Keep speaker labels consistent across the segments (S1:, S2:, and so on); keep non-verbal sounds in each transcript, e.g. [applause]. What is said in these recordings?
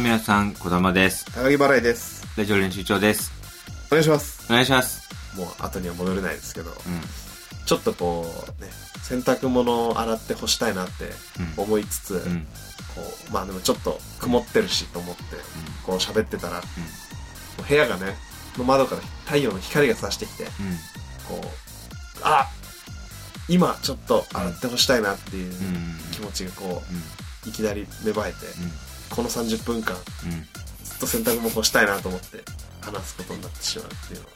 S1: 皆さん、こだまです。
S2: 高木払いです
S1: ラジオ練習長です。
S2: お願いします
S1: お願いします。
S2: もう後には戻れないですけど
S1: うん。
S2: ちょっとこうね洗濯物を洗って干したいなって
S1: うん。
S2: 思いつ
S1: う
S2: つ、
S1: ん。う
S2: こ
S1: ん。
S2: うまあでもちょっと曇ってるしと思ってこう喋ってたら、こう部屋がねの窓から太陽の光が差してきてこうあ今ちょっと洗って干したいなっていう
S1: うん。うん。うん。うん。
S2: 気持ちがこういきなり芽生えて、この30分間
S1: うん。
S2: ずっと洗濯も干したいなと思って話すことになってしまうっていうのを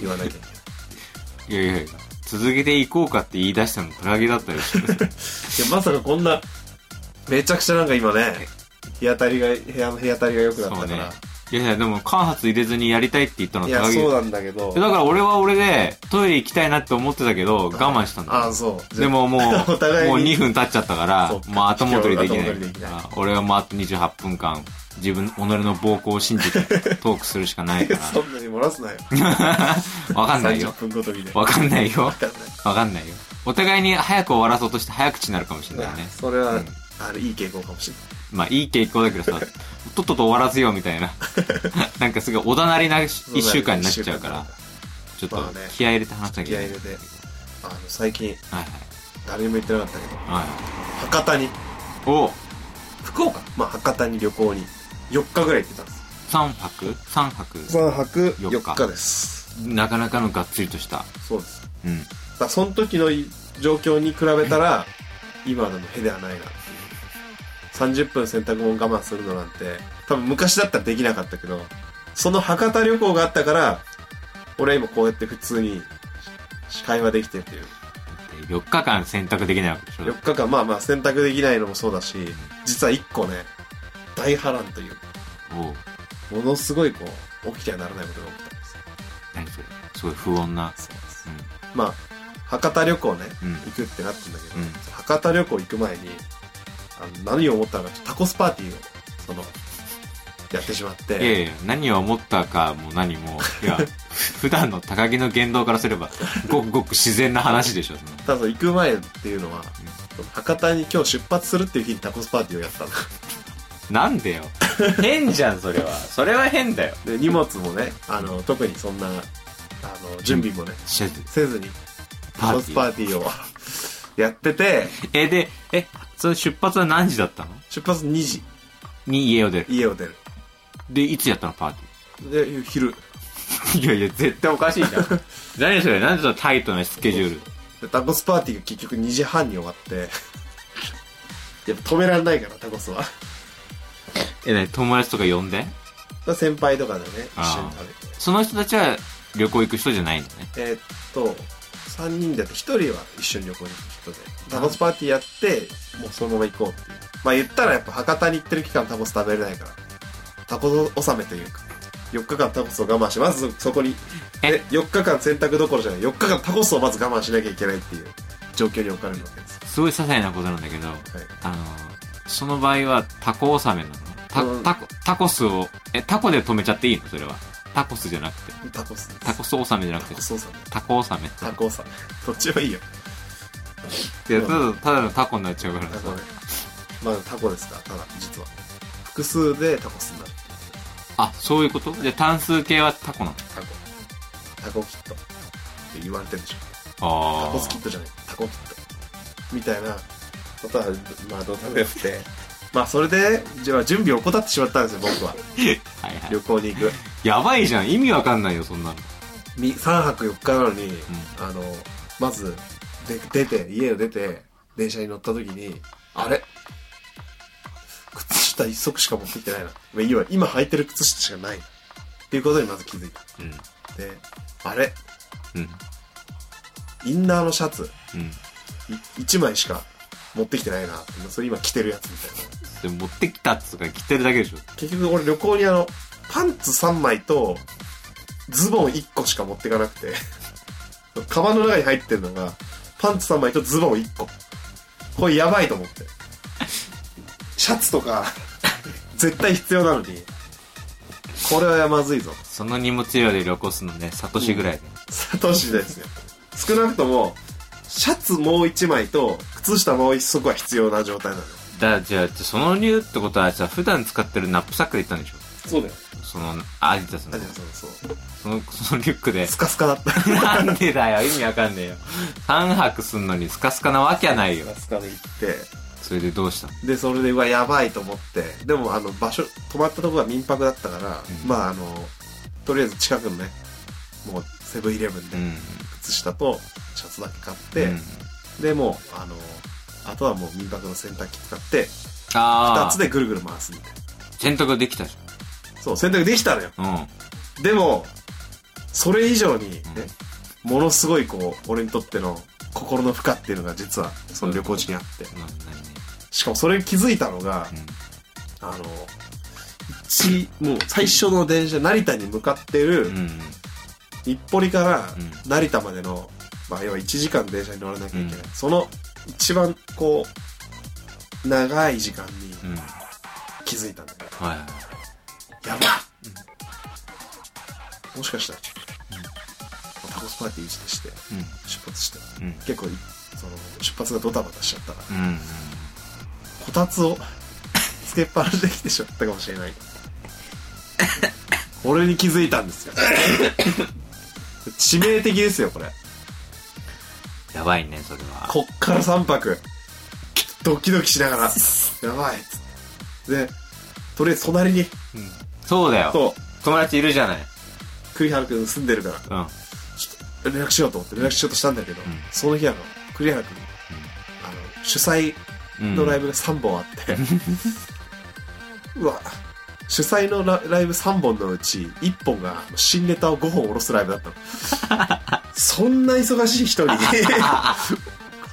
S2: 言わなきゃいけな
S1: い
S2: い
S1: やいやいや、続けていこうかって言い出したの、クラゲだったでしょ。
S2: [laughs] いやまさかこんなめちゃくちゃなんか今ね日当たりが部屋の日当たりが良くなった
S1: そ
S2: か
S1: うね
S2: ら、。
S1: いやいや、でも間髪入れずにやりたいって言ったの
S2: い
S1: ク
S2: や
S1: ラゲ。
S2: そうなんだけど
S1: だから俺は俺でトイレ行きたいなって思ってたけど、我慢したんだよ。
S2: ああそう
S1: でももう、もう
S2: お互いに
S1: 2分経っちゃったから
S2: そっ、か
S1: まあ後戻りできな
S2: 後
S1: い
S2: 戻りできない。
S1: あ俺はもうあと28分間、自分、己の暴行を信じてトークするしかないか
S2: [laughs] [laughs] そんなに漏らすなよ
S1: ら。わかんないよ。
S2: 30分ごとにで
S1: わ
S2: わ
S1: かんないよ。
S2: かんない
S1: わかんないよ。お互いに早く終わらそうとして早口になるかもしれない
S2: い
S1: ね
S2: や。それは、
S1: うん
S2: あれいい傾向かもしれ
S1: まあいい傾向だけどさ、とっとと終わらせようみ
S2: [laughs]
S1: たいな。なんかすごいおだなりな
S2: ない
S1: 1週間になっちゃうから、ちょっと
S2: まあね
S1: 気合い入れて話さなき
S2: 気
S1: ゃ
S2: 合
S1: い
S2: い
S1: けな
S2: 入
S1: い。
S2: れてあの最近
S1: はい
S2: 誰にも言ってなかったけど
S1: はい。はい。
S2: 博多に
S1: お
S2: 福岡まあ博多に旅行に4日ぐらい行ってたんです
S1: 三泊三泊
S2: 3泊
S1: 4
S2: 4
S1: 日
S2: 日です
S1: なかなかのがっつりとした。
S2: そうです
S1: うん。
S2: だからその時の状況に比べたら今でもへではないなっていう30分洗濯物我慢するのなんて多分昔だったらできなかったけどその博多旅行があったから俺は今こうやって普通に会話できてるっていう
S1: 4日間洗濯できないわけでしょ。
S2: 4日間まあまあ洗濯できないのもそうだし実は1個ね大波乱という
S1: おう
S2: ものすごいこう起きてはならないことが起きたんですよ
S1: 何それすごい不穏な。
S2: そうです
S1: う
S2: まあ博多旅行ね
S1: ん。うん。
S2: 行くってなったんだけ
S1: う
S2: ど、
S1: ん
S2: 博多旅行行く前にあの何を思ったのかタコスパーティーをそのやってしま
S1: い
S2: っ
S1: や
S2: て
S1: いや、何を思ったかも何 [laughs] も、いや、普段の高木の言動からすれば、ごくごく自然な話でしょ、その。
S2: ただその行く前っていうのは、博多に今日出発するっていう日にタコスパーティーをやったの
S1: なんでよ。変じゃん、それは。それは変だよ。
S2: [laughs] で荷物もねあの特にそんなあの準備もね、
S1: せず、
S2: せずに
S1: パ
S2: タ
S1: ー
S2: コ
S1: テ
S2: ス
S1: ィ
S2: パ
S1: ー。
S2: ーティーをやってて
S1: え、で、え、その出発は何時だったの
S2: 出発2時
S1: に家を出る。
S2: 家を出る
S1: で、いつやったの、パーテ
S2: で昼
S1: ィ [laughs] ー。いやいや、絶対おかしいじゃん。 [laughs] 何それ、何そのタイトなスケジュール。
S2: でタコスパーティーが結局2時半に終わって [laughs] やっぱ止められないからタコスは
S1: え、何友達とか呼んで
S2: 先輩とかでね一緒
S1: あ
S2: に
S1: ー
S2: 食
S1: その人たちは旅行行く人じゃないんだね。
S2: べてえーっと3人だと1人は一緒に旅行に行く人でタコスパーティーやってもうそのまま行こうっていうまあ言ったらやっぱ博多に行ってる期間タコス食べれないからタコス納めというか4日間タコスを我慢しますそこに
S1: え
S2: え4日間洗濯どころじゃない4日間タコスをまず我慢しなきゃいけないっていう状況に置かれるわけです、
S1: すごい些細なことなんだけど、
S2: はい、
S1: あの、その場合はタコ納めな
S2: う
S1: の
S2: ん
S1: タ、タコ、タコスを、え、タコで止めちゃっていいのそれは。タコスじゃなくて。
S2: タコスです
S1: タコス納めじゃなく
S2: タ
S1: て
S2: コ、ス納め
S1: タコ納めって。
S2: タコ納め [laughs] どっちもいいよ
S1: いや、ただ、ただのタコになっちゃうから
S2: タ
S1: さ
S2: コ。ねまあタコですからただ実は複数でタコスになる
S1: あ、そういうことで、単数形はタコなの
S2: タコタコキットって言われてるでしょタ
S1: あ
S2: コスキットじゃないタコキットみたいなことはまあどうでもよくてまあそれでじゃあ準備を怠ってしまったんですよ僕は
S1: あ。はいはい。
S2: 旅行に行く
S1: やばいじゃん。意味わかんないよ、そんなの。
S2: み3泊4日なのに、あのまずで出て家を出て電車に乗った時にあれ靴下一足しか持ってきてないなまあいいわ今履いてる靴下しかないっていうことにまず気づいて
S1: うん。
S2: あれ
S1: うん。
S2: インナーのシャツ
S1: うん。
S2: 1枚しか持ってきてないなそれ今着てるやつみたいな
S1: で、持ってきたっつうか、着てるだけでしょ。
S2: 結局俺旅行にあのパンツ3枚とズボン1個しか持ってかなくて [laughs] カバンの中に入ってるのがパンツ3枚とズボン1個これやばいと思ってシャツとか [laughs] 絶対必要なのにこれはまずいぞ
S1: その荷物量で旅行するのね、サトシぐらいで。
S2: サトシですよ少なくともシャツもう1枚と靴下もう1足は必要な状態なの
S1: だじゃあ、その理由ってことはさ、普段使ってるナップサックで行ったんでしょ
S2: そうだよ。
S1: その、アディタス
S2: あ
S1: の
S2: じゃ。あそうそう。
S1: その、 [laughs] そのリュックで。
S2: スカスカだった。
S1: なんでだよ、意味わかんねえよ。3泊すんのにスカスカなわけはないよ
S2: ス。カスカで行っ
S1: それでどうしたの
S2: て、で、それで、うわ、やばいと思って、でも、あの、場所、泊まったとこが民泊だったから、
S1: うん
S2: まあ、あの、とりあえず近くのね、もう、セブンイレブン
S1: う
S2: で、
S1: ん。
S2: 靴下とシャツだけ買って、
S1: うん
S2: で、もう、あの、あとはもう民泊の洗濯機使って、
S1: あ
S2: 二
S1: あ。
S2: つでぐるぐる回すみたい
S1: 洗濯できたじ
S2: な。そう、洗濯できたのよ。
S1: ゃん。うん。
S2: でも、それ以上に、ね
S1: うん
S2: ものすごいこう、俺にとっての心の負荷っていうのが実は、その旅行地にあって。
S1: な何ね
S2: しかもそれ気づいたのが、あの、一、もう最初の電車、成田に向かって
S1: う
S2: る
S1: ん。、うん。
S2: 日暮里から
S1: うん
S2: 成田までの、まあ要は1時間電車に乗らなきゃいけない。
S1: う
S2: その、一番こう、長い時間に
S1: うん。は
S2: 気づいたんだけど、
S1: いはい。
S2: やばいもしかしたら、タコスパーティー打ち出して、出発して、
S1: うん。うん。
S2: 結構いその出発がドタバタしちゃったから
S1: うん。
S2: こたつをつけっぱなしできてしまったかもしれない俺に気づいたんですよ致命的ですよこれ
S1: やばいね、それは。
S2: こっから3泊ドキドキしながらやばいっつってでとりあえず隣に
S1: うんそうだよ。
S2: そう
S1: 友達いるじゃない。
S2: 栗原君住んでるから
S1: うん。
S2: 連絡しようと思って連絡しようとしたんだけど、
S1: うん
S2: その日あの栗原君、あの主催
S1: うん
S2: のライブが3本あって、うわ主催のラライブ3本のうち1本が新ネタを5本下ろすライブだった
S1: [laughs]
S2: のそんな忙しい人に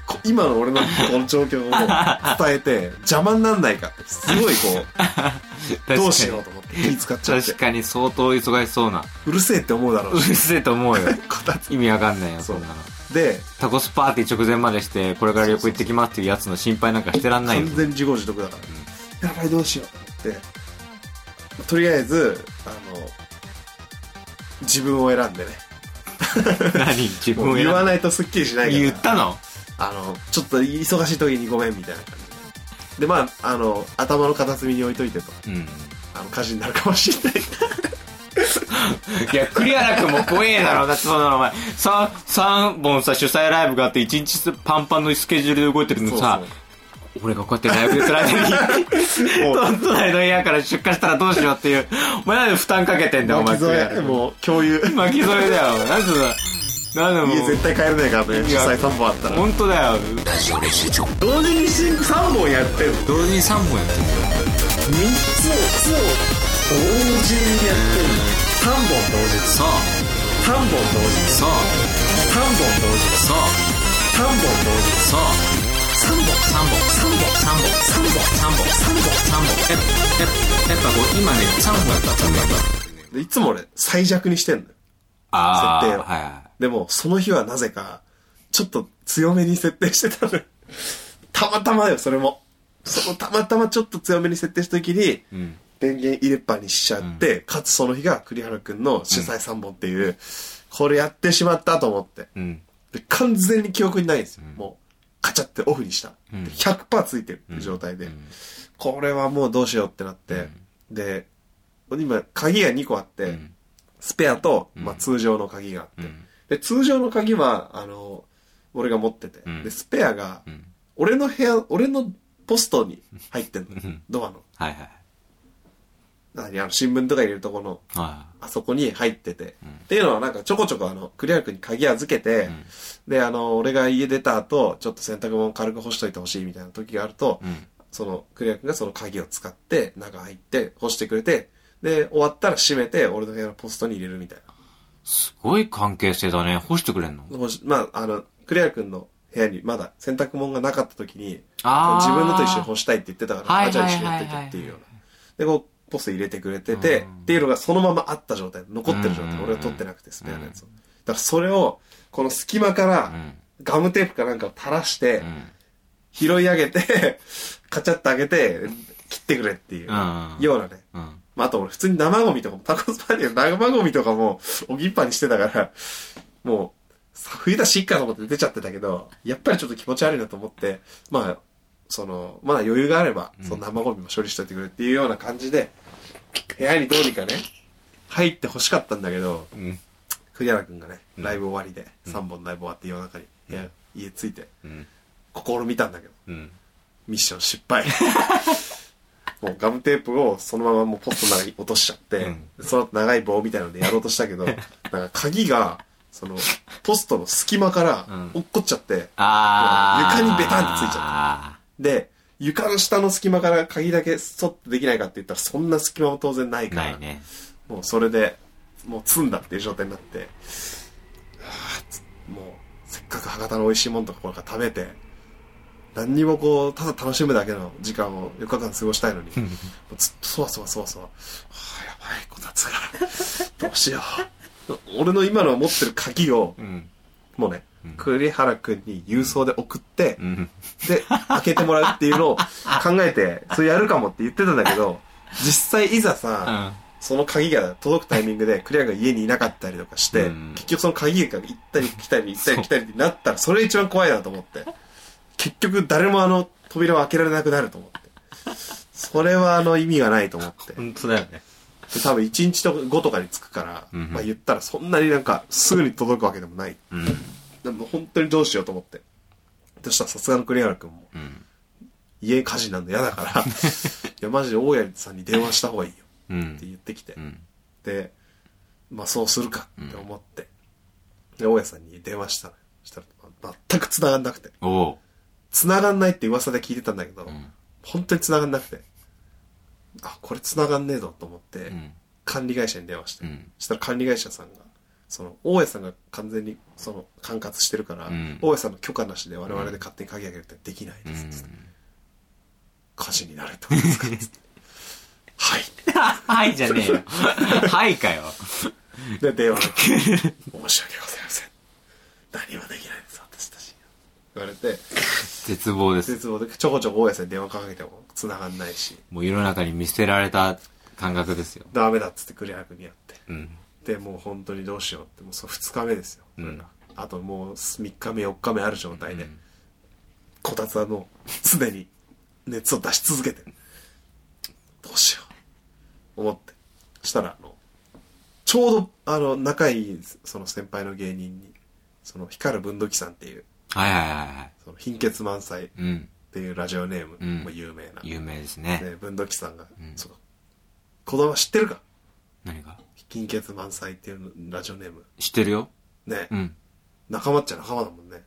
S2: こ今の俺のこの状況を伝えて邪魔になんないかってすごいこ
S1: 確か
S2: う
S1: に
S2: どうしようと思って気使っちゃって
S1: 確かに相当忙しそうな。
S2: うるせえって思うだろ
S1: う
S2: う
S1: る [laughs]
S2: し
S1: せえと思うよ。
S2: [laughs] こたつ
S1: 意味わかんないよ、
S2: そ
S1: そううなの。
S2: で
S1: タコスパーティー直前までして、これから旅行行ってきますっていうやつの心配なんかしてらんないよ
S2: 完。全自業自得だから、やばいどうしようってとりあえずあの自分を選んでね
S1: 何自分
S2: も
S1: を
S2: う言わ
S1: 選ん
S2: ないとすっきりしないから
S1: 言ったの
S2: あのちょっと忙しい時にごめんみたいな感じでまああの頭の片隅に置いといてと
S1: うん。
S2: あの火事になるかもしれない
S1: いや、栗原君も怖えだろ、だってそんなのお前、三三本さ、主催ライブがあって、一日パンパンのスケジュールで動いてるの [laughs] さ、俺がこうやってライブで辛い
S2: [laughs] もう
S1: のに、都内の部屋から出荷したらどうしようっていう、お前なんで負担かけてんだ [laughs] よ、お
S2: 巻
S1: 前。
S2: き添え
S1: 栗原
S2: もう [laughs] 共有
S1: 君巻き添えだよ、なんでだ、なんで
S2: 家
S1: もう
S2: 絶、対帰れないからね
S1: い
S2: 実
S1: や
S2: 際3本あったら
S1: 本当だよ、
S2: 同時にシンク3本やってる3
S1: 同時に3本やってる
S2: つを同時にやってる3本同時
S1: そう、
S2: 3本同時
S1: そう、
S2: 3本同時
S1: そう、
S2: 3本同時
S1: そう、
S2: 3本
S1: 3本、
S2: 3本
S1: 3本、
S2: 3本
S1: 3本、
S2: 3本
S1: 3本、え、え、やっぱこう、今ね、3本やった、3本やった。
S2: でいつも俺最弱にしてんのよ
S1: あ
S2: 設
S1: ー、
S2: 定を
S1: はいはい。
S2: でも、その日はなぜか、ちょっと強めに設定してたのよ。たまたまだよ、それも。そのたまたまちょっと強めに設定した時に、
S1: うん。
S2: 電源入れっぱにしちゃって、かつその日が栗原くんの主催3本っていう、これやってしまったと思って。
S1: うん。
S2: で完全に記憶にないんですよ。もう、カチャってオフにした。
S1: うん
S2: で100%ついてる状態で、
S1: うん
S2: これはもうどうしようってなって、で、今、鍵が2個あって、
S1: うん。
S2: スペアと、まあ、
S1: うん
S2: 通常の鍵があって、
S1: うん
S2: で通常の鍵はあの俺が持ってて、
S1: うん
S2: でスペアが
S1: うん。
S2: 俺の部屋俺のポストに入ってんのよ、
S1: うん
S2: ドアの
S1: はいはい。
S2: 何あの新聞とか入れるとこの
S1: は
S2: あそこに入ってて、
S1: うん
S2: っていうのはなんかちょこちょこあのクリア君に鍵預け
S1: い。
S2: て
S1: う、ん。
S2: であの俺が家出た後ちょっと洗濯物軽く干しといてほしいみたいな時があると、
S1: うん。
S2: そのクリア君がその鍵を使って中入って干してくれてで終わったら閉めて俺の部屋のポストに入れるみたいな
S1: すごい関係性だね。干してくれんの
S2: もしまあ、あの、クレア君の部屋にまだ洗濯物がなかった時に、
S1: あー
S2: 自分のと一緒に干したいって言ってたから、
S1: はい
S2: あ、じゃあ一緒にや
S1: は
S2: っ
S1: い
S2: て
S1: はい
S2: け
S1: はい
S2: っていうような。で、こう、ポスト入れてくれてて、
S1: うん
S2: っていうのがそのままあった状態、残ってる状
S1: うんうん
S2: 態。
S1: うん
S2: 俺は取ってなくて、スペアのやつを。だからそれを、この隙間か
S1: う
S2: ら、
S1: ん。
S2: ガムテープかなんかを垂らして
S1: う、ん。
S2: 拾い上げて、カチャッと上げて、切ってくれっていう
S1: う、ん。
S2: ようなね。
S1: うん。
S2: まあ、あと俺普通に生ゴミとかも、タコスパーティーの生ゴミとかも置きっぱにしてたから、もう、さ冬だしいっかと思って出ちゃってたけど、やっぱりちょっと気持ち悪いなと思って、まあ、その、まだ余裕があれば、その生ゴミも処理しといてくれっていうような感じで、部屋にどうにかね、入ってほしかったんだけど、
S1: うん。
S2: 栗原くんがね、
S1: うん
S2: ライブ終わりで、3本ライブ終わって夜中に、部屋家着いて、
S1: うん。
S2: 試みたんだけど、
S1: うん。
S2: ミッション失敗。 [laughs] もうガムテープをそのままもうポストの中に落としちゃって、
S1: うん
S2: その後長い棒みたいなのでやろうとした
S1: [laughs]
S2: けど、なんか鍵が、その、ポストの隙間から
S1: うん
S2: 落っこっちゃって、
S1: あー。
S2: 床にベタンってついち
S1: ゃっ
S2: で、床の下の隙間から鍵だけそっとできないかって言ったら、そんな隙間も当然ないから、
S1: ないね。
S2: もうそれで、もう積んだっていう状態になって、はあつもう、せっかく博多の美味しいもんとかこれから食べて、何にもこう、ただ楽しむだけの時間を4日間過ごしたいのに、もうずっとそわそわそわそわ、はあ、やばい、こたつが、どうしよう。俺の今の持ってる鍵を、
S1: うん。
S2: もうね
S1: うん、
S2: 栗原くんに郵送で送って、
S1: うん。
S2: で、開けてもらうっていうのを考えて、それやるかもって言ってたんだけど、実際いざさ、
S1: うん。
S2: その鍵が届くタイミングで、クリアが家にいなかったりとかして、
S1: うん
S2: 結局その鍵が行ったり来たり行ったり来たりってなったら、それ一番怖いなと思って。結局誰もあの扉を開けられなくなると思って。それはあの意味がないと思って。
S1: 本当だよね。
S2: で多分1日と後とかに着くから、
S1: うん
S2: まあ言ったらそんなになんかすぐに届くわけでもない。
S1: うん。
S2: でも本当にどうしようと思って。そしたらさすがの栗原くんも、
S1: うん。
S2: 家火事なんで嫌
S1: [laughs]
S2: だから、いやマジで大家さんに電話した方がいいよ
S1: う
S2: って
S1: ん。
S2: 言ってきて
S1: う。ん。
S2: で、まあそうするかって思って、で、大家さんに電話したのよしたら、まあ全く繋がんなくて。
S1: おう。
S2: 繋がんないって噂で聞いてたんだけど、
S1: うん。
S2: 本当に繋がんなくて、あ、これ繋がんねえぞと思って、
S1: うん。
S2: 管理会社に電話して、
S1: うん
S2: そしたら管理会社さんが、その、大家さんが完全に、その、管轄してるから、
S1: うん
S2: 大家さんの許可なしで我々で勝手に鍵開けるってできないです。つって火事になるってことですかつって
S1: [laughs] は
S2: はい。
S1: いじゃねえよ。はいかよ。
S2: で、電話が申し訳ございません。何もできないです、私たち。言われて、
S1: 絶望です。
S2: 絶望でちょこちょこ大家さんに電話かけても繋がんないし、
S1: もう世の中に見捨てられた感覚ですよ。
S2: ダメだっつって栗原君にやっ
S1: うん。
S2: て。で、もう本当にどうしようって、もうそ2日目ですよ。これがあともう3日目、4日目ある状態で、
S1: うん
S2: こたつはもう常に熱を出し続けてる、どうしよう、思って。したら、あの、ちょうど、あの、仲いい、その先輩の芸人に、その、光る文土器さんっていう、
S1: はいはいはいはい。
S2: その貧血満載っ
S1: うん。
S2: ていうラジオネーム
S1: うん
S2: も有名な、
S1: 有名ですね。
S2: ね、文土器さんが、
S1: うん
S2: そう子供は知ってるか
S1: 何か
S2: 貧血満載っていうラジオネーム
S1: 知ってるよ
S2: ね、
S1: うん。
S2: 仲間っちゃ仲間だもんね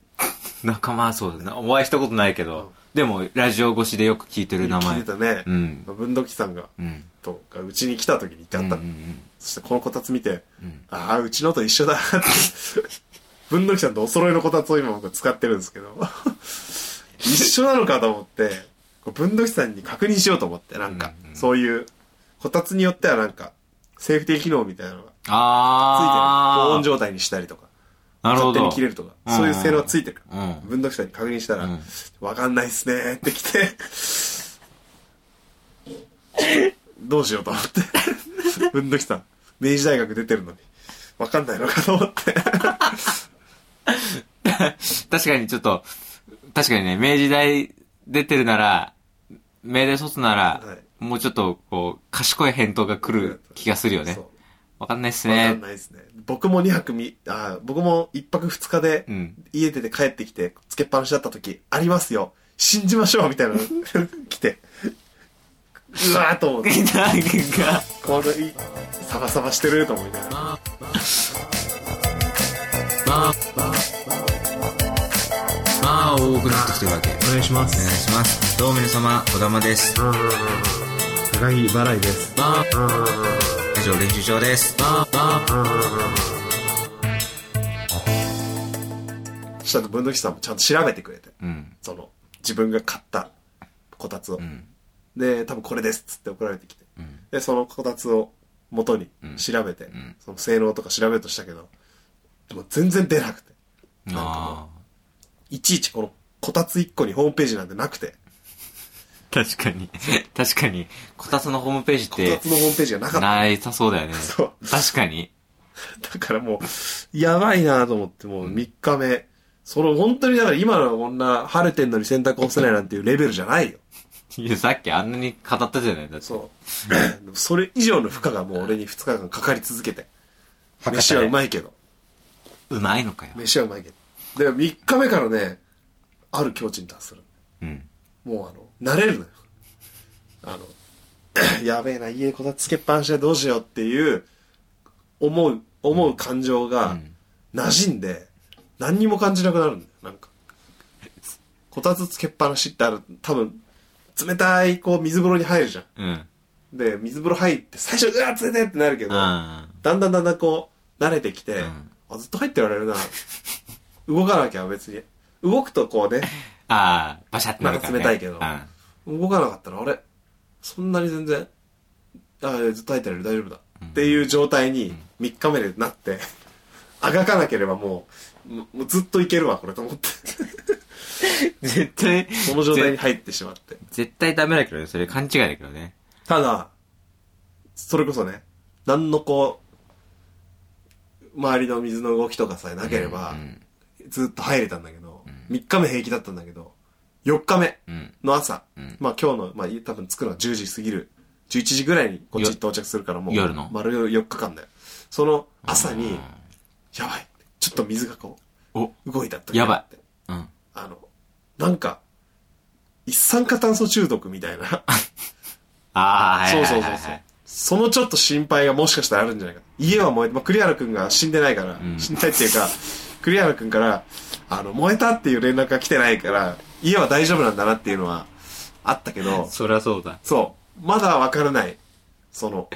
S1: 仲間はそうだな。お会いしたことないけ
S2: うん
S1: ど。でも、ラジオ越しでよく聞いてる名
S2: 聞い
S1: 前
S2: て。たね
S1: うん。
S2: 文土器さんが
S1: うん。
S2: とかうちに来た時に言ってあ
S1: う
S2: っ
S1: ん
S2: た
S1: う
S2: の、
S1: ん
S2: そしてこのこたつ見て、
S1: うん
S2: ああうちのと一緒だな [laughs] って文土器さんとお揃いのこたつを今僕使ってるんですけど [laughs] 一緒なのかと思ってこう文土器さんに確認しようと思ってなんか、
S1: うんうん
S2: そういうこたつによってはなんかセーフティー機能みたいなのがついてる
S1: あー。
S2: 高温状態にしたりとか
S1: なるほ
S2: 勝手
S1: ど。
S2: に切れるとか、
S1: うん
S2: そういう性能はついてる。
S1: うん
S2: 分読者に確認したら、
S1: うん
S2: わかんないっすねーって
S1: [laughs]
S2: 来て、どうしようと思って。分読者、明治大学出てるのに、わかんないのかと思って。
S1: 確かにちょっと、確かにね、明治大出てるなら、明大卒なら、
S2: は
S1: もうちょっと、こう、賢い返答が来る気がするよね
S2: そう。
S1: わかんないっす
S2: わか
S1: ね
S2: ん。ないっすね。僕も2泊み、あー僕も1泊2日で
S1: う、ん。
S2: 家出て帰ってきて、つけっぱなしだった時、ありますよ信じましょうみたいなの来て、うわーと思って。
S1: なんか、
S2: これいいサバサバしてると思いながら
S1: まあ、多くなってきてるわけ。お願いします。お願いします。どうも皆様、小玉です。
S2: 高木払いです
S1: 以上、練習場です。
S2: そしたら文土器さんもちゃんと調べてくれて
S1: うん。
S2: その自分が買ったこたつを、
S1: うん。
S2: で多分これですっつって送られてきて
S1: うん。
S2: でそのこたつを元に調べて、
S1: ん
S2: その性能とか調べようとしたけどでも全然出なくて
S1: あ
S2: いちいちこのこたつ1個にホームページなんてなくて
S1: あ。確かに。確かに。こたつのホームページ
S2: こた
S1: っ
S2: つのホームページがなか
S1: て、
S2: った
S1: ないさそうだよね。
S2: そう
S1: 確かに。
S2: だからもうやばいなと思ってもう3日目その本当にだから今のこんな晴れてんのに洗濯干せないなんていうレベルじゃないよ。
S1: いや、さっきあんなに語ったじゃないだって。
S2: そう。でもそれ以上の負荷がもう俺に2日間かかり続けて。
S1: 博
S2: 飯
S1: 多
S2: は
S1: で
S2: うまいけど。
S1: うまいのかよ。
S2: 飯はうまいけど。で、3日目からね、ある境地に達する。
S1: うん。
S2: もうあの、慣れるのよ。あの、 [clears throat] やべえな、家こたつつけっぱなしでどうしようっていう、思う、思う感情
S1: う
S2: が
S1: ん、
S2: 馴染んで、何にも感じなくなるんだよ、なんか。こたつつけっぱなしってある、多分、冷たい、こう、水風呂に入るじゃん。
S1: うん。
S2: で、水風呂入って、最初、うわ、冷たいってなるけど、だん
S1: あ
S2: だんだんだんこう、慣れてきて、
S1: ん
S2: あ、ずっと入ってられるな。動かなきゃ別に。動くとこうね、
S1: あー、バシャってなるから、ね。
S2: なんか冷たいけど
S1: うん。
S2: 動かなかったら、あれそんなに全然、あずっと入ってられる大丈夫だ。っていう状態に3日目でなって、あがかなければもう、もうもうずっといけるわ、これと思って。
S1: [laughs] 絶対、
S2: その状態に入ってしまって。
S1: 絶対ダメだけどね。それ勘違いだけどね。
S2: ただ、それこそね、何のこう、周りの水の動きとかさえなければ
S1: う、ん。
S2: ずっと入れたんだけど、3日目平気だったんだけど、4日目
S1: うん。
S2: の朝、
S1: ん
S2: まあ今日の、まあ多分着くのは10時過ぎる、11時ぐらいにこっちに到着するからもう、
S1: 夜の
S2: 丸4日間だよ。その朝
S1: う
S2: に
S1: ん、
S2: やばい、ちょっと水がこ
S1: お、
S2: う、動いた時
S1: やばい
S2: い。
S1: うん。
S2: あの、なんか、一酸化炭素中毒みたいな。
S1: ああ、はいは
S2: そう
S1: いは
S2: そ
S1: いうは
S2: そ
S1: い。
S2: うそう。そのちょっと心配がもしかしたらあるんじゃないか。家は燃えて、まあ、栗原くんが死んでないから、
S1: ん
S2: 死んでないっていうか、栗原くんから、あの、燃えたっていう連絡が来てないから、家は大丈夫なんだなっていうのはあったけど、
S1: そりゃそうだ。
S2: そう、まだわからない、その、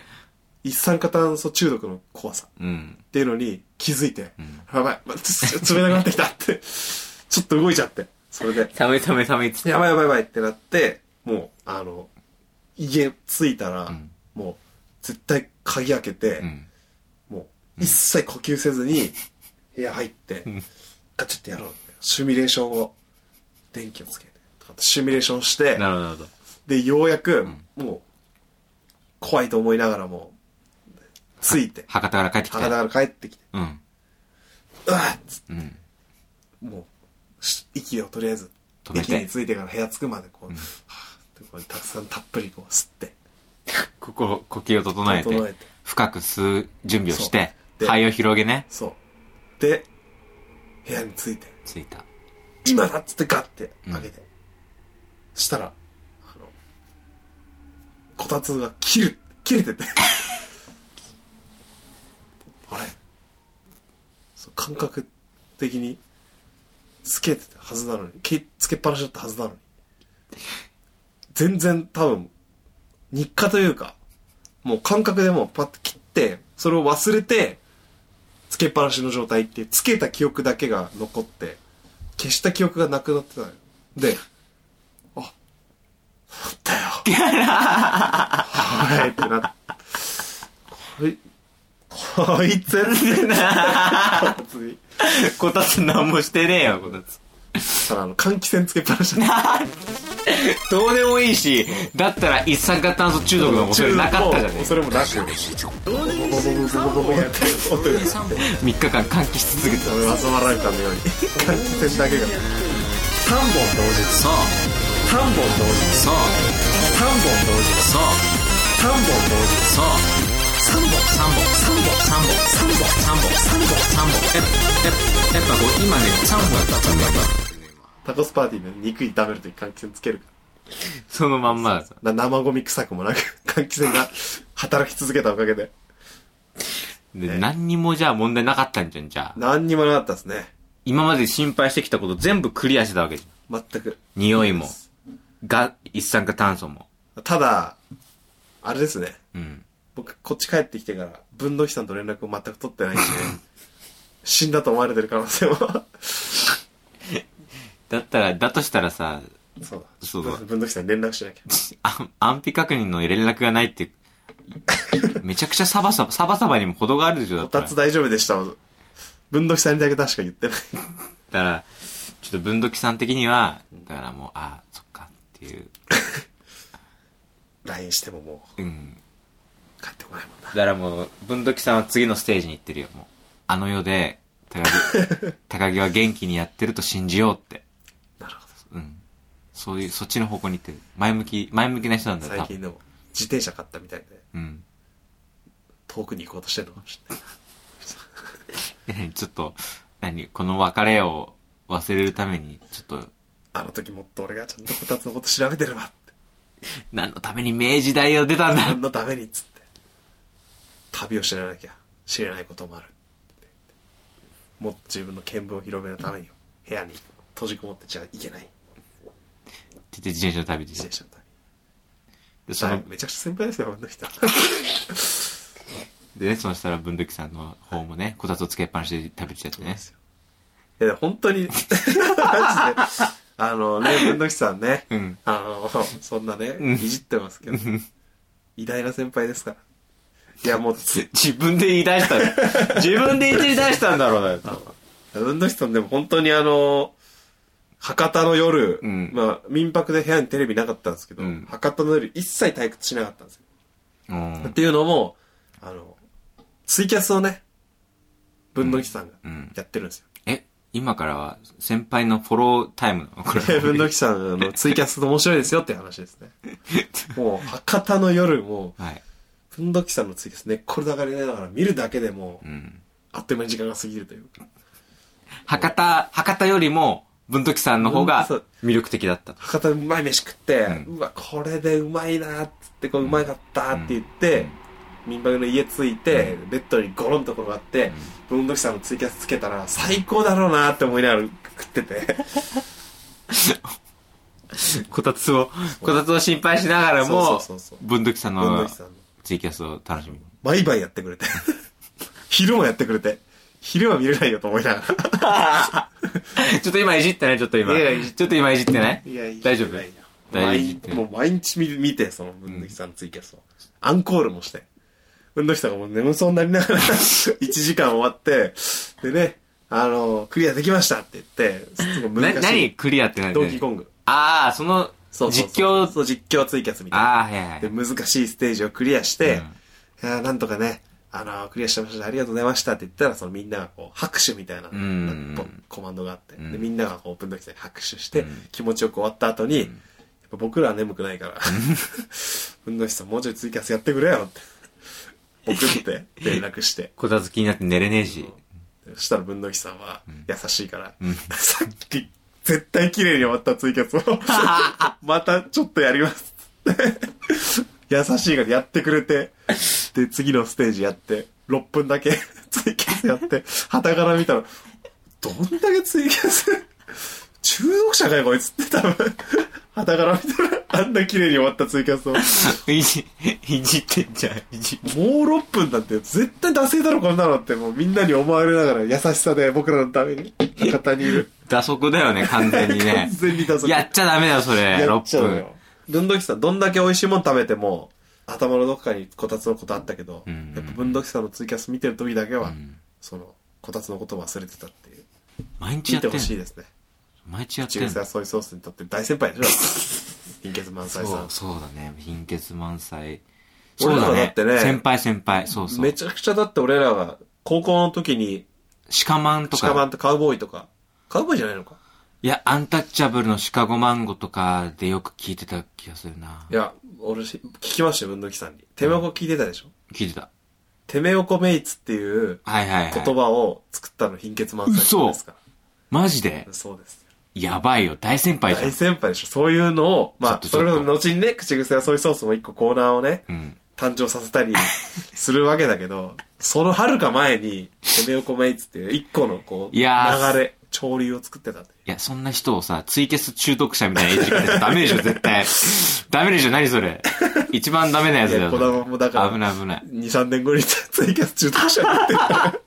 S2: 一酸化炭素中毒の怖さ
S1: うん。
S2: っていうのに気づいて、やばい、まつ冷たくなってきたって、ちょっと動いちゃって、それで。
S1: 寒い寒い寒いっつって。
S2: やばいやばいやばいってなって、もう、あの、家着いたら、
S1: ん
S2: もう、絶対鍵開けて、
S1: うん。
S2: もう、一切呼吸せずに、部屋入って、ガチャってやろうって。シミュレーションを、電気をつけて、とかってシミュレーションして、
S1: なるほどなるほど。
S2: で、ようやく、もう、怖いと思いながらも、着いて、
S1: 博多から帰ってき
S2: 博
S1: た。
S2: 多から帰ってきて、
S1: うん。
S2: うわっつって
S1: うん。
S2: もう、し息をとりあえず、
S1: 止め
S2: 駅
S1: て
S2: に着いてから部屋着くまで、こう、はぁってこうたくさんたっぷりこう吸って、
S1: ここ、呼吸を整えて、
S2: 整えて
S1: 深く吸う準備をして、
S2: そうで
S1: 肺を広げね。
S2: そう。で、部屋に着いて、
S1: ついた。
S2: 今だっつってガッて開けて、したら、あの、こたつが切る、切れてて。 [laughs] あれそう感覚的に、つけてたはずなのに、けつけっぱなしだったはずなのに。全然多分、日課というか、もう感覚でもうパッと切って、それを忘れて、つけっぱなしの状態っていう、つけた記憶だけが残って、消した記憶がなくなってたのよ。で、あ、なんだよ。はいってなって。こい、こいつってな。こいつに
S1: こたつなんもしてねえよ、こたつ。
S2: ただあの、換気扇つけっぱなしだった。
S1: どうでもいいし、だったら一酸化炭素中毒の恐れなかったじゃねえ
S2: それもなく。ボボボボボボボボやって音がし
S1: 3
S2: て、
S1: 日間換気し続けてた。
S2: 俺は集まらんかのように。換気扇だけが。3本同時。
S1: そう、
S2: 3本同時。
S1: そう、
S2: 3本同時。
S1: そう、
S2: 3本同時。
S1: そう。
S2: 3本。
S1: 3本、3本、3本、3本、3本、3本、3本。やっぱこう、今ね、3本だったんだ
S2: タコスパーティーで肉炒めるとき換気扇つけるか
S1: そのまんまだった。
S2: ら。な生ゴミ臭くもなく、換気扇が働き続けたおかげで。
S1: で、何にもじゃあ問題なかったんじゃん、じゃあ。
S2: 何にもなかったですね。
S1: 今まで心配してきたこと全部クリアしてたわけじゃん。
S2: 全く。
S1: 匂いも、が、一酸化炭素も。
S2: ただ、あれですね。
S1: うん。
S2: 僕、こっち帰ってきてから、文土師さんと連絡を全く取って [laughs] ないんで、死んだと思われてる可能性も。
S1: だったら、だとしたらさ、
S2: そうだ。
S1: そうだ
S2: 文土師さんに連絡しなきゃ。
S1: あ安否確認の連絡がない
S2: [laughs]
S1: って、めちゃくちゃサバサバ、サバサバにも程があるでしょ、だ
S2: こ
S1: った
S2: た
S1: ら。だ
S2: つ大丈夫でした。文土師さんにだけ確か言ってない。
S1: から、ちょっと文土器さん的には、だからもう、あそっかっていう。
S2: LINE してもも
S1: うん。
S2: う、帰ってこないもんな。
S1: だからもう、文土器さんは次のステージに行ってるよ、もう。あの世で、高
S2: [laughs]
S1: 木、高木は元気にやってると信じようって。
S2: なるほ
S1: うん。そういう、そっちの方向に行ってる。前向き、前向きな人なん
S2: ど
S1: だよ、多
S2: 最
S1: 分
S2: 近でも自転車買ったみたいで
S1: うん。
S2: 遠くに行こうとしてるのかもしれない
S1: え何 [laughs] ちょっと、何この別れを忘れるために、ちょっと、
S2: あの時もっと俺がちゃんとこたつのこと調べてればって
S1: 何のために明治大を出たんだ
S2: 何のためにっつって旅を知らなきゃ知れないこともあるもっと自分の見聞を広めるために部屋に閉じこもってちゃいけない
S1: って言って自転車で旅で
S2: 自
S1: し
S2: 転車の旅
S1: で、その、
S2: めちゃくちゃ先輩ですよあ
S1: [laughs]
S2: の人
S1: でね、そのしたら文土器さんの方もね、こたつをつけっぱなしで食べちゃってね。
S2: いやでも本当に [laughs] マジであのね文土器さんね、
S1: うん。
S2: あのそんなね
S1: うん
S2: いじってますけど偉大な先輩ですからいやもうつ
S1: 自分で言い出したね [laughs] 自分で言い出したんだろうね。
S2: 運動室さんでも本当にあの、博多の夜、
S1: うん
S2: まあ民泊で部屋にテレビなかったんですけど、
S1: うん
S2: 博多の夜一切退屈しなかったんですよ。
S1: うん
S2: っ。ていうのも、あの、ツイキャスをね、文土器さんが
S1: うん。
S2: やってるんですよ。
S1: え、今からは先輩のフォロータイムなのこれ。
S2: で文土器さんあのツイキャス面白いですよっていう話ですね。もう博多の夜も、
S1: はい。
S2: 文土器さんのツイキャスね、これだかりながら見るだけでも
S1: う
S2: う、
S1: ん。
S2: あっという間に時間が過ぎるというか。
S1: 博多、博多よりも、文土器さんの方が
S2: 文土器
S1: 魅力的だったと。
S2: 博多でうまい飯食って、う
S1: うん
S2: わ、これでうまいなーっつって、こううまかったーって言って、民泊の家着いて、ベッドにゴロンと転がって、文土器さんのツイキャスつけたら、最高だろうなーって思いながら食ってて。 [laughs]
S1: こたつを、こたつを心配しながらも
S2: そうそうそうそう、
S1: 文土器さん
S2: 文
S1: の
S2: 土器さんの。
S1: ツイキャスを楽しみに。 [laughs]
S2: 毎晩やってくれて。 [laughs] 昼もやってくれて。昼は見れないよと思いなが
S1: ちょっと今いじってね、ちょっと今。
S2: いやいや
S1: ちょっと今いじってね
S2: ら。いやいや
S1: 大丈夫
S2: いやいや
S1: 大丈夫
S2: 毎もう毎日見見て、その文土器さんのツイキャスを。アンコールもして。文土器さんがもう眠そうになりながら、1時 [laughs] 間終わって、でね、あの、クリアできましたって言って、すごい
S1: な、
S2: 難し
S1: 何
S2: い。
S1: クリアって何
S2: ドンキーコング。
S1: ああ、その、
S2: そうそう
S1: 実
S2: そう
S1: 況、
S2: そう、実況ツイキャスみたいな。
S1: ああ、はいはい
S2: で、。難しいステージをクリアして、いやーなんとかね、あのークリアしてました、ありがとうございましたって言ったら、そのみんながこう、拍手みたいな、
S1: ん
S2: なんかこうコマンドがあって、
S1: ん
S2: で、みんながこう、オープンドキさんに拍手して、
S1: うん
S2: 気持ちよく終わった後に、やっぱ僕らは眠くない
S1: [laughs]
S2: から、運動士さんもうちょいツイキャスやってくれよって、送って、連絡して。
S1: こたつ気になって寝れねえし。
S2: そしたら文土器さんは優しいから、 [laughs] さっき絶対綺麗に終わったツイキャスを、またちょっとやります [laughs] っつって。優しいからやってくれて、で、次のステージやって、6分だけ [laughs] ツイキャスやって、旗から見たら、どんだけツイキャス、中毒者かよこいつって多分、旗から見たら、あんな綺麗に終わったツイキャスを、
S1: [laughs] いじ、いじってんじゃん。いじ
S2: もう6分だって絶対惰性だろこんなのってもうみんなに思われながら優しさで僕らのために博多にいる
S1: 打足だよね、完全にね
S2: [laughs] 完。全に惰性
S1: やっちゃダメだよ、それ。
S2: やっち
S1: 6
S2: ゃうの
S1: 分
S2: よ。どんどきさんどんだけ美味しいもん食べても頭のどっかにこたつのことあったけど、
S1: うん
S2: やっぱ文土器さんのツイキャス見てる時だけは、
S1: ん
S2: そのこたつのことを忘れてたっていう
S1: 毎日
S2: 見
S1: やっててん
S2: ほ
S1: の
S2: しいですね
S1: 毎日やって
S2: 中
S1: んの
S2: 世はソイソースにとって大先輩で
S1: [laughs]
S2: しょ貧血満載
S1: そ
S2: さ
S1: う、そうだね。貧血満載。そ
S2: 俺
S1: う
S2: ら
S1: だ
S2: だ
S1: ね
S2: っ。てね
S1: 先輩先輩。そうんそ
S2: め
S1: う。
S2: ちゃくちゃだって俺らが高校の時に
S1: シカマンと
S2: シカマ
S1: か。
S2: ンとカウボーイとかカウボーイじゃないのか
S1: いや、アンタッチャブルのシカゴマンゴとかでよく聞いてた気がするな。
S2: いや、俺し、聞きましたよ、文土器さんに。てめおこ聞いてたでしょ、
S1: 聞いてた。
S2: てめおこメイツっていう
S1: はいはい
S2: 言
S1: はい。
S2: 葉を作ったの貧血満載さんですから。
S1: マジで
S2: そうです。
S1: やばいよ。大先輩じゃ
S2: 大
S1: ん。
S2: 先輩でしょそういうのを、まあ、
S1: ちょ
S2: そ
S1: っとちょっ
S2: れ
S1: と
S2: の後にね、口癖やソイソースも一個コーナーをね、
S1: うん。
S2: 誕生させたりするわけだけど、その遥か前に、てめおこメイツっていう一個のこう、
S1: い
S2: 流
S1: やー
S2: れ、潮流を作ってたっていう
S1: いや、そんな人をさ、ツイキャス中毒者みたいな言い方しダメ
S2: [laughs]
S1: でしょ、絶対。ダメでしょ、何それ。一番ダメなやつだ
S2: い
S1: よ。
S2: や、こだまもだから、
S1: 危ない危
S2: [laughs]
S1: ない。
S2: 2、3年後にツイキャス中毒者になってるから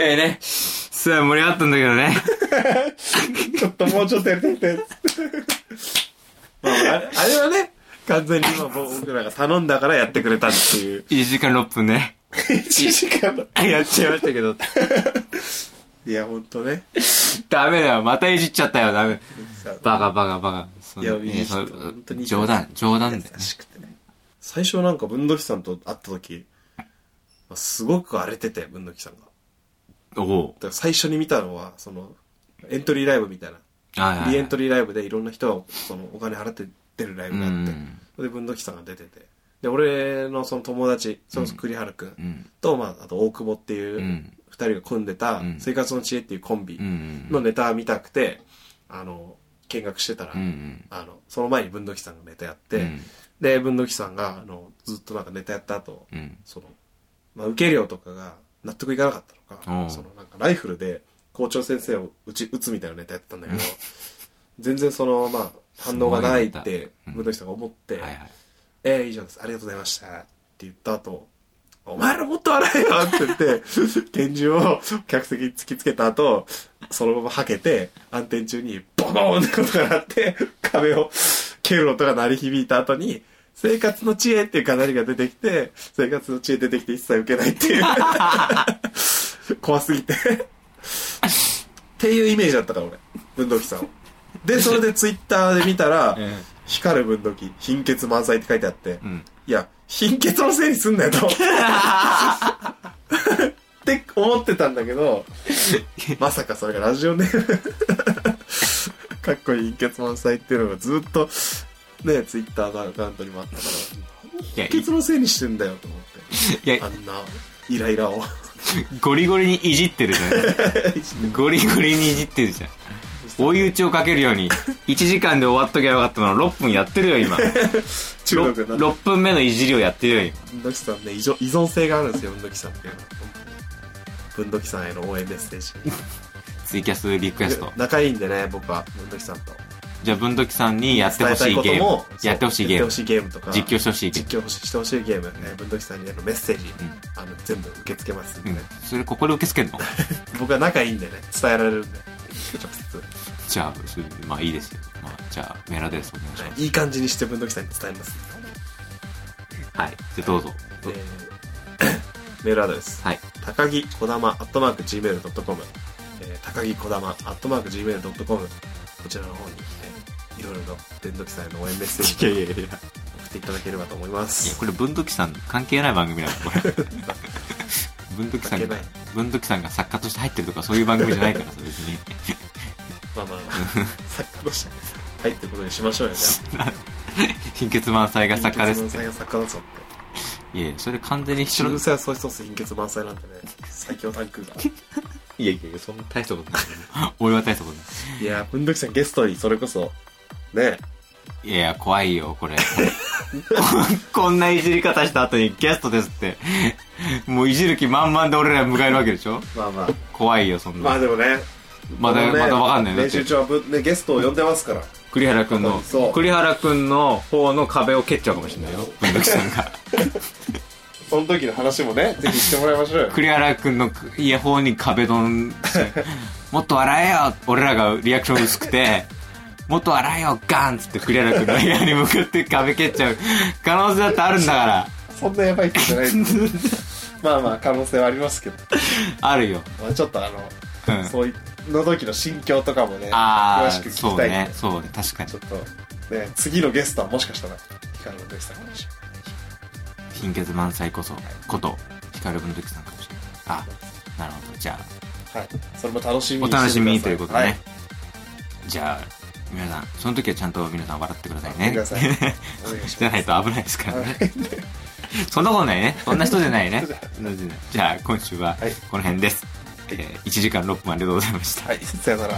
S1: ええね。すごい盛り上がったんだけど
S2: [laughs]
S1: ね。
S2: ちょっともうちょっとやってて。 [laughs] まあ、あれあれはね、完全に今僕らが頼んだからやってくれたっていう。
S1: 1時間6分ね。
S2: 1時間だ。
S1: やっちゃいましたけど。
S2: いや、ほんとね。
S1: ダメだよ。またいじっちゃったよ。ダメ。バカバカバカ。そ
S2: いやいい人
S1: そ
S2: 本当にいい人
S1: 冗談、冗談だよ
S2: 優。しくてね。最初なんか文土器さんと会った時、まあすごく荒れてて、文土器さんが。
S1: おう
S2: だから最初に見たのは、その、エントリーライブみたいな。
S1: はいはい
S2: リエントリーライブでいろんな人がそのお金払って出るライブがあって、
S1: うん
S2: で、文土器さんが出てて。で、俺のその友達、それこそ栗原くん
S1: うん
S2: と、まあ、あと大久保っていううん二人が組んでた
S1: うん、
S2: 生活の知恵っていうコンビ
S1: うん
S2: のネタ見たくて、あの、見学してたら
S1: うんう、ん
S2: あの、その前に文土器さんがネタやって、
S1: うん
S2: で、文土器さんが、あの、ずっとなんかネタやった後、
S1: うん
S2: その、まあ、受け量とかが納得いかなかったの
S1: うん
S2: か、その、なんかライフルで校長先生を撃ち、撃つみたいなネタやってたんだけど、全然その、まあ、反応がないっ
S1: すごいネ
S2: て
S1: タう、ん
S2: 武藤さんが思って、
S1: はいはい
S2: えー、以上です。ありがとうございました。って言った後、お前らもっと笑えよって言って、 [laughs] 拳銃を客席に突きつけた後、そのままはけて、暗転中にボコーンってことが鳴って、壁を蹴る音が鳴り響いた後に、生活の知恵っていう飾りが出てきて、生活の知恵出てきて一切受けないっていう。 [laughs] 怖すぎて。っていうイメージだったから俺、文土器さんを。で、それでツイッターで見たら、光る分時貧血満載って書いてあって、
S1: うん
S2: いや貧血のせいにすんなよと [laughs] って思ってたんだけ
S1: [laughs]
S2: どまさかそれがラジオネームかっこいい貧血満載っていうのがずっとねツイッターのアカウントにもあったから
S1: いや
S2: 貧血のせいにしてんだよと思っ
S1: い
S2: て
S1: や
S2: あんなイライラを
S1: ゴリゴリにいじってるじゃ
S2: [laughs]
S1: んゴリゴリにいじってるじゃん追い打ちをかけるように1時間で終わっときゃよかったの6分やってるよ今
S2: [laughs] 中毒になって
S1: 6分目のいじりをやってるよ今
S2: 文土器さんね依存依存性があるんですよ文土器さんっていうのは文土器さんへの応援メッセージ
S1: ツイキャスリクエスト
S2: 仲いいんでね僕は文土器さんと
S1: じゃあ文土器さんにやってほしいゲーム
S2: そう
S1: やってほしいゲ
S2: や
S1: ー
S2: ってほ
S1: ム
S2: しいゲームとか
S1: 実況してほしいゲーム
S2: 実況ほししてほしいゲーム、えー文土器さんにあのメッセージ、あの全部受け付けますんでね、
S1: うんそれここで受け付けるの
S2: 僕は仲いいんでね伝えられるんで直接、ね
S1: じゃあそれまあいいですよまあじゃあメールアドレスお願いします
S2: いい感じにして文土器さんに伝えます、
S1: はいじゃあどうぞ
S2: えーメールアドレス
S1: はい
S2: 高木こだまアットマーク Gmail.com、えー高木こだまアットマーク Gmail.com こちらの方に、えーいろいろと文土器さんへの応援メッセージを
S1: いやいや
S2: 送っていただければと思います
S1: これ文土器さん関係ない番組なの [laughs] これ文土器さんが
S2: 関係ない
S1: 文土器さんが作家として入ってるとかそういう番組じゃないから [laughs] さ別に
S2: まあまあ [laughs] 作家として入ってることにしましょうよじゃあ
S1: 貧血満載が作家です
S2: 貧
S1: っ
S2: 血
S1: て
S2: 満載が作家だぞって
S1: いやいやそれ完全に人
S2: 中
S1: の
S2: 毒性はそう一つ貧血満載なんてね最強タンク [laughs] が
S1: いやいやいやそんな大したことない俺は大したことない
S2: や文読者ゲストにそれこそね
S1: いいやいや怖いよこれ [laughs] ここんないじり方した後にゲストですってもういじる気満々で俺ら迎えるわけでしょ
S2: まあまあ
S1: 怖いよそんな、
S2: まあでもね
S1: まだ
S2: このね
S1: まだわかんないよだっ
S2: 練
S1: て
S2: 習中はぶ、ね、ゲストを呼んでますから
S1: 栗原くんの
S2: そう
S1: 栗原くんの方の壁を蹴っちゃうかもしれないよ文土器さん
S2: [laughs]
S1: が
S2: その時の話も [laughs] ねぜひしてもらいましょうよ
S1: 栗原くんの家方に壁ドンしてもっと笑えよ俺らがリアクション薄くてもっと笑えよガンっつって栗原くんの部屋に向かって壁蹴っちゃう可能性だってあるんだから
S2: そんなやばい人じゃない [laughs] んでまあまあ可能性はありますけど、
S1: あるよ、
S2: まあ、ちょっとあの、
S1: うん、
S2: そういうの時の心境とかもね
S1: あ
S2: 詳
S1: あ
S2: しく聞きた
S1: そ
S2: いん
S1: う
S2: で
S1: ねそうね確かに
S2: ちょっとね次のゲストはもしかしたら光の文読者かもしれない
S1: 貧血満載こそこと光文土器さんかもしれないあなるほどじゃあ
S2: はい、それも楽しみ
S1: お
S2: にしてください
S1: 楽しみにということでね、
S2: はい
S1: じゃあ皆さんその時はちゃんと皆さん笑ってください
S2: 見て
S1: ね
S2: くださいお願いします
S1: [laughs] じゃないと危ないですからねそんなことないねそんな人じゃないねそんな人じゃないじゃあ今週ははいこの辺です、えー1時間6分ありがとうございました
S2: はい、さよなら。